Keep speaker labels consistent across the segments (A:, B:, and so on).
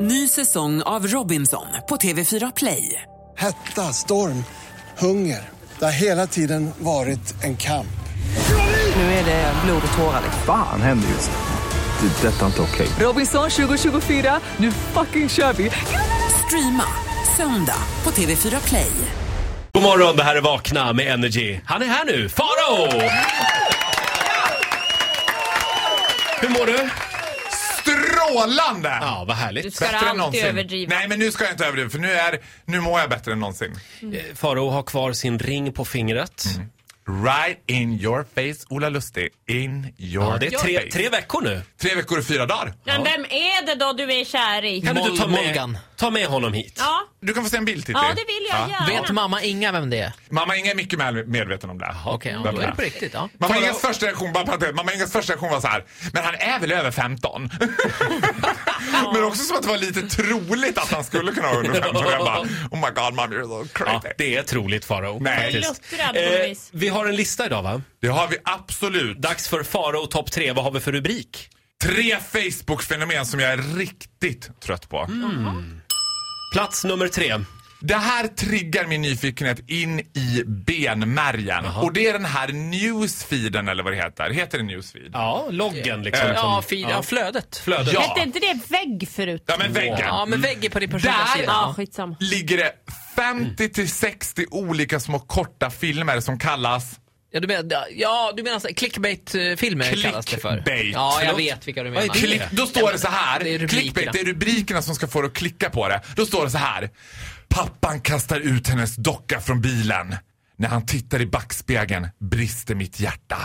A: Ny säsong av Robinson på TV4 Play.
B: Hetta, storm, hunger. Det har hela tiden varit en kamp.
A: Nu är det Eh, blod och tårar.
C: Fan händer just nu. Det. är Detta är inte okej.
A: Robinson 2024, nu fucking kör vi! Streama söndag på TV4 Play.
D: God morgon, det här är Vakna med Energy. Han är här nu, Farao! Hur mår du?
E: Strålande!
D: Ja, vad härligt.
F: Ska du alltid överdriva?
E: Nej, men nu ska jag inte överdriva för nu, är, nu mår jag bättre än någonsin.
D: Eh, Farao har kvar sin ring på fingret.
E: Right in your face, Ola Lustig. In your
D: Ja, det är
E: face.
D: tre, tre veckor nu.
E: Tre veckor och fyra dagar.
F: Men vem är det då du är kär i?
D: Kan du inte ta med,
G: Morgan.
D: ta med honom hit?
F: Ja,
E: Du kan få se en bild, Titti.
F: ja det vill jag göra.
G: Vet mamma Inga vem det är?
E: Mamma Inga är mycket mer medveten om det.
G: Okej, ja,
E: Vem
G: då
E: det
G: är
E: är.
G: det på riktigt. Ja.
E: Mamma Ingas första reaktion, bara parentet, mamma Ingas första reaktion var så här. Men han är väl över 15? men också som att det var lite troligt att han skulle kunna vara under 15. Jag bara, oh my god mom you're so
D: Ja,
E: crazy.
D: det är troligt Farao.
E: Nej.
D: faktiskt. Eh,
F: Luttrad på
E: Eh,
F: något vis.
D: vi har en lista idag va?
E: Det har vi absolut.
D: Dags för Farao topp tre. Vad har vi för rubrik?
E: Tre Facebook-fenomen som jag är riktigt trött på.
D: Plats nummer tre.
E: Det här triggar min nyfikenhet in i benmärgen. Och det är den här newsfeeden eller vad det heter. Heter det newsfeed?
D: Ja, loggen liksom.
E: Eh,
D: som-
G: Ja, fy, ja, flödet.
D: Flödet.
E: Ja.
F: Hette inte det vägg förut?
E: Ja men väggen.
G: Ja, men väggen på din personliga
E: Där!
G: sida.
F: Ja,
G: Ja.
F: skitsamma.
E: Ligger det 50 till 60 olika små korta filmer som kallas
G: Ja, du menar, ja, du menar så här, clickbait-filmer kallas det för.
E: Clickbait.
G: Ja, jag
D: Förlåt?
G: vet vilka du
D: Vad är
G: menar.
D: det?
E: Klick, då står det så här.
G: Det är rubrikerna.
E: Clickbait, det är rubrikerna som ska få dig att klicka på det. Då står det så här. Pappan kastar ut hennes docka från bilen. När han tittar i backspegeln brister mitt hjärta.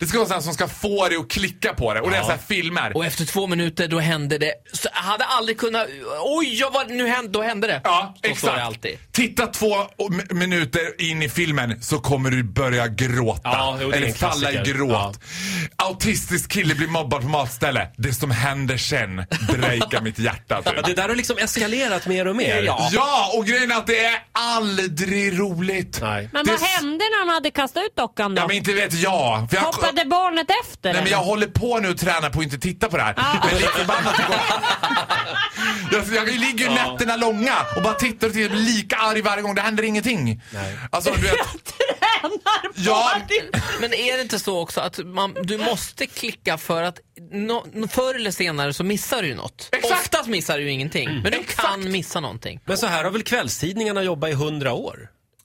E: Det ska vara så här som ska få dig att klicka på det. Och det är så här filmer.
G: Och efter två minuter då hände det. Så jag hade aldrig kunnat... Oj, ja, vad, nu hände, då hände det.
E: Ja,
G: så står
E: exakt.
G: det alltid.
E: Titta två m- minuter in i filmen så kommer du börja gråta.
D: Ja, jo, det är en
E: Eller falla i
D: klassiker.
E: gråt. Autistisk kille blir mobbad på matställe. Det som händer sen breakar mitt hjärta. Typ.
D: Ja, det där har liksom eskalerat mer och mer.
G: Ja.
E: Ja, och grejen är att det är aldrig roligt.
D: Nej.
F: Men
E: Det
F: vad
E: s-
F: hände när han hade kastat ut dockan då?
E: Ja, men inte vet jag. För jag
F: Hoppade barnet efter?
E: Nej, men jag håller på nu och tränar på att inte titta på det här. Men lik förbannat det går... jag, jag ligger ju nätterna långa och bara tittar och tittar och blir lika arg varje gång. Det händer ingenting. Nej. Alltså, du vet...
F: Tränar på
E: Ja,
F: din-
G: Men är det inte så också att man, du måste klicka för att no, förr eller senare så missar du ju något.
E: Exakt.
G: Oftast missar du ju ingenting, men du kan missa någonting.
D: Men så här har väl kvällstidningarna jobbat i hundra år?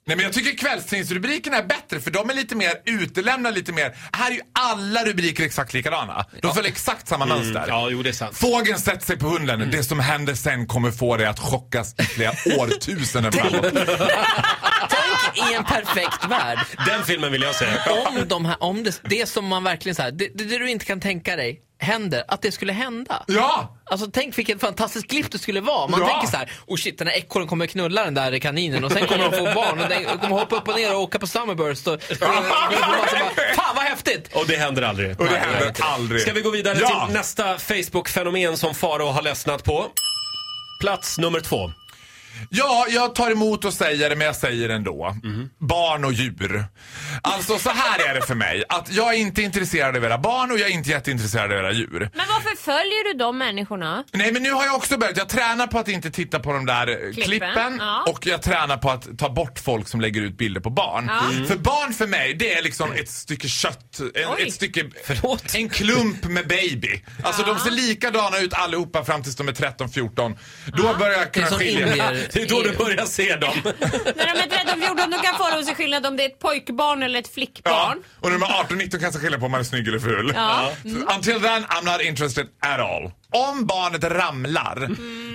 E: Nej men jag tycker kvällstidningsrubrikerna är bättre för de är lite mer utelämnade lite mer. Här är ju alla rubriker exakt likadana. De följer exakt samma mönster.
D: Mm. Ja, jo det är sant.
E: Fågeln sätter sig på hunden. Det som händer sen kommer få dig att chockas i flera årtusenden framåt.
G: Tänk i en perfekt värld.
D: Den filmen vill jag se.
G: Om, de här, om det, det som man verkligen så här, det, det, det du inte kan tänka dig händer, att det skulle hända.
E: Ja!
G: Alltså tänk vilket fantastiskt klipp det skulle vara. Man
E: Ja.
G: tänker så här, oh shit den här ekorren kommer knulla den där kaninen och sen kommer de få barn och den kommer hoppa upp och ner och åka på Summerburst. Och, och, och, bara, Fan vad häftigt!
D: Och det händer aldrig.
E: Och det
G: Nej, jag
E: händer
G: vet inte.
E: aldrig.
D: Ska vi gå vidare
E: ja.
D: till nästa Facebook-fenomen som Faro har ledsnat på? Plats nummer två.
E: Ja, jag tar emot och säger det, men jag säger det ändå. Barn och djur. Alltså så här är det för mig. Att jag är inte intresserad av era barn och jag är inte jätteintresserad av era djur.
F: Men varför följer du de människorna?
E: Nej men nu har jag också börjat. Jag tränar på att inte titta på de där eh, klippen,
F: Klippen, ja.
E: och jag tränar på att ta bort folk som lägger ut bilder på barn. Mm.
F: Ja. Mm.
E: För barn för mig det är liksom ett stycke kött,
F: Oj.
E: en, ett stycke,
D: Förlåt?
E: en klump med baby. Alltså de ser likadana ut allihopa fram tills de är 13-14. Då börjar jag
G: Det är
E: kunna
G: som
E: skilja.
G: indier.
D: Det är då du börjar se dem.
F: När de är 13-14 då kan Farao se skillnad om det är ett pojkbarn eller ett
E: Ja,
F: flickbarn.
E: och när de är 18-19 kan jag skilja på om man är snygg eller ful.
F: Ja. Mm.
E: Så Until then I'm not interested at all. Om barnet ramlar,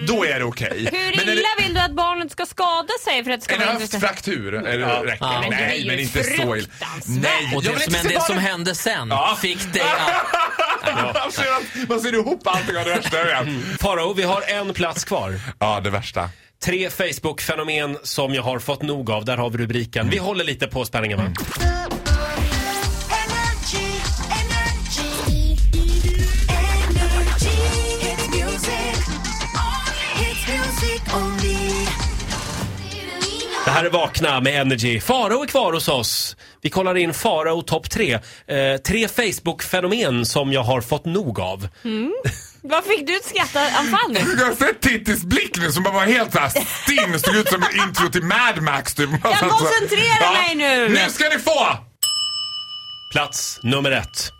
E: då är det okej.
F: Mm. Hur
E: Men när det-
F: illa vill du att barnet ska skada sig för att det ska
E: En
F: vara intressant?
E: höftfraktur är det, räcker.
F: men det är
E: Nej,
F: ju
E: men inte så illa.
F: fruktansvärt.
E: Nej,
G: Och
E: jag vill
G: det,
E: inte
G: men
E: se
G: det som
E: barnet-
G: hände sen
E: Ja.
G: fick dig att...
E: Man ser att- Man ser ihop allting av det värsta jag
G: Mm.
E: vet.
D: Faro, vi har en plats kvar.
E: Ja, det värsta.
D: Tre Facebook-fenomen som jag har fått nog av. Där har vi rubriken. Vi håller lite på spänningen va?
H: Energy, energy, energy. It's music, only. It's music only.
D: Det här är Vakna med Energy. Farao är kvar hos oss. Vi kollar in Farao topp tre. Eh, tre Facebook-fenomen som jag har fått nog av.
F: Vad fick du ett skrattanfall nu?
E: Jag har sett Tittis blick nu som bara var helt såhär stinn, stod ut som en intro till Mad Max typ. Jag
F: koncentrerar mig nu.
E: Nu ska ni få!
D: Plats nummer ett.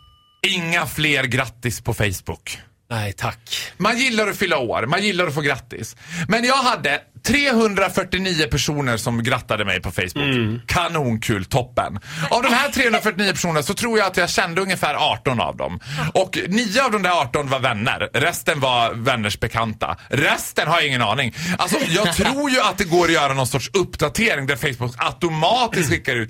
E: Inga fler grattis på Facebook.
D: Nej, tack.
E: Man gillar att fylla år, man gillar att få grattis. Men jag hade 349 personer som grattade mig på Facebook. Kanonkul, toppen. Av de här 349 personerna så tror jag att jag kände ungefär 18 av dem. Och 9 av de där 18 var vänner, resten var vänners bekanta. Resten har jag ingen aning. Alltså jag tror ju att det går att göra någon sorts uppdatering där Facebook automatiskt skickar ut.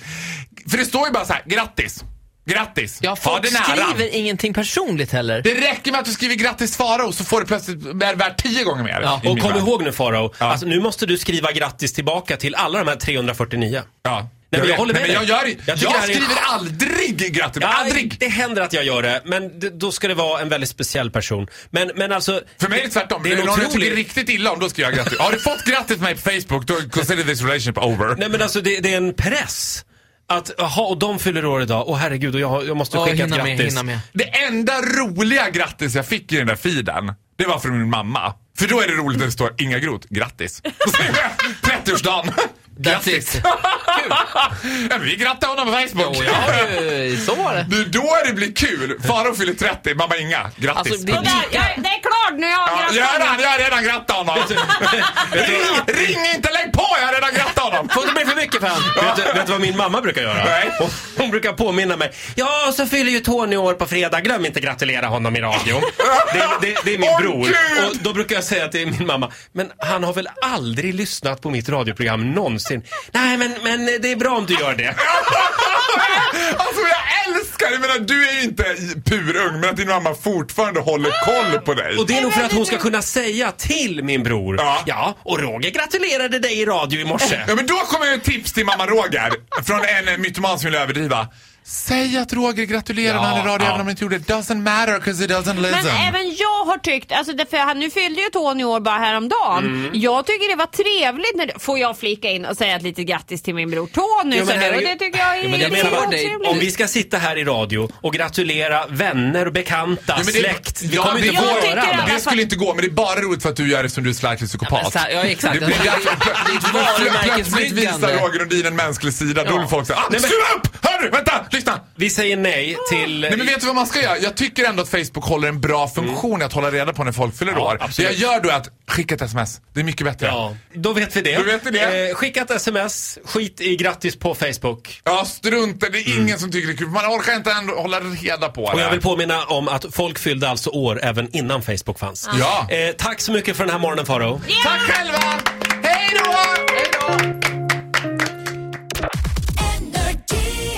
E: För det står ju bara så här, grattis. Grattis!
G: Ja, folk skriver ingenting personligt heller.
E: Det räcker med att du skriver grattis Farao så får du plötsligt vär, värt tio gånger mer.
G: Ja,
E: i
D: Ah, Och
E: min
D: kom
E: värld.
D: ihåg nu Farao,
E: Ja.
D: alltså, nu måste du skriva grattis tillbaka till alla de här 349.
E: Ja.
D: men jag
E: vet.
D: håller med
E: Nej, men
D: dig.
E: jag, gör,
D: Jag
E: jag,
D: tycker det här är-
E: skriver aldrig grattis.
D: Ja,
E: aldrig!
D: det händer att jag gör det, men det, då ska det vara en väldigt speciell person. Men, men alltså...
E: För mig är det tvärtom.
D: Det är en
E: någon jag
D: otrolig-
E: tycker riktigt illa om, då ska jag grattis. Har du fått grattis på mig på Facebook, då consider this relationship over.
D: Nej men alltså det, det är en press. Att, jaha, och de fyller år idag. Åh herregud, och jag, har- jag måste
G: Ja,
D: skicka ett
G: hinna
D: grattis.
G: med, hinna med.
E: Det enda roliga grattis jag fick i den där feeden, det var från min mamma. För då är det roligt att det står Inga Groth, grattis. 30-årsdagen. Grattis.
G: it.
E: Ja, men Vi grattar honom på Facebook.
G: Jo, jag har ju, så var det.
E: Det är då det blir kul. Farao fyller 30, mamma Inga, grattis.
G: Alltså, det-
F: Sådär, jag, det är klart nu, jag har
E: Ja,
F: grattat.
E: gör han, jag har redan grattat honom. ring, ring inte, lägg på, jag har redan grattat honom.
D: Får inte bli för mycket för han. Vet, du- vet du vad min mamma brukar göra?
E: Nej.
D: Hon, hon brukar påminna mig. Ja, och så fyller ju Tony år på fredag. Glöm inte gratulera honom i radion. Det, det, det är min
E: Åh,
D: bror.
E: Gud!
D: Och då brukar jag säga till min mamma. Men han har väl aldrig lyssnat på mitt radioprogram någonsin. Nej, men, men det är bra om du gör det.
E: Alltså jag älskar, jag menar du är ju inte i- purung men att din mamma fortfarande håller koll på dig.
D: Och det är nog för att hon ska kunna säga till min bror.
E: Ja.
D: ja och Roger gratulerade dig i radio i morse.
E: Ja men då kommer ju ett tips till mamma Roger från en eh, mytoman som vill överdriva. Säg att Roger gratulerar när han är i radio
D: ja.
E: även om han inte gjorde det. Doesn't matter 'cause he doesn't
F: Men
E: listen.
F: även jag har tyckt, alltså det, för han, nu fyllde ju Tony år bara häromdagen.
D: Mm.
F: Jag tycker det var trevligt när det, får jag flika in och säga ett litet grattis till min bror Tony.
D: Jo, men
F: så det, och
D: herregud.
F: det tycker jag är
G: Jo, men jag
F: lite
G: menar bara dig.
F: otrevligt.
D: Om vi ska sitta här i radio och gratulera vänner, bekanta,
E: Ja, men det-
D: släkt. Vi
E: ja,
D: kommer
E: det
D: inte få
E: går-
D: göra
F: tycker
D: det.
F: att-
E: Det skulle inte gå, men det är bara roligt för att du gör det som du är slightly
G: Men
E: psykopat.
G: så här- Ja, exakt.
E: Det blir därför plötsligt visar
G: varumärkesbyggande.
E: Roger Nordin en mänsklig sida. Då vill folk säga ah,
D: Nej, men-
E: skruva upp! Hör du, vänta, lyssna!
D: Vi säger nej till...
E: Nej men vet du vad man ska göra? Jag tycker ändå att Facebook håller en bra funktion i att hålla reda på när folk fyller
D: Mm. Ja,
E: år. Det
D: absolut.
E: jag gör då är att skicka ett sms. Det är mycket bättre.
D: Ja, då vet vi det.
E: Då vet vi det.
D: Eh, skicka ett sms, skit i grattis på Facebook.
E: Ja, strunta. Det är ingen som tycker det är kul. Man orkar inte ändå hålla reda på det.
D: Mm. Och jag vill påminna om att folk fyllde alltså år även innan Facebook fanns.
E: Ja.
D: Eh, tack så mycket för den här morgonen Faro.
E: Tack själva! Hej då! Hej då!
H: Energy.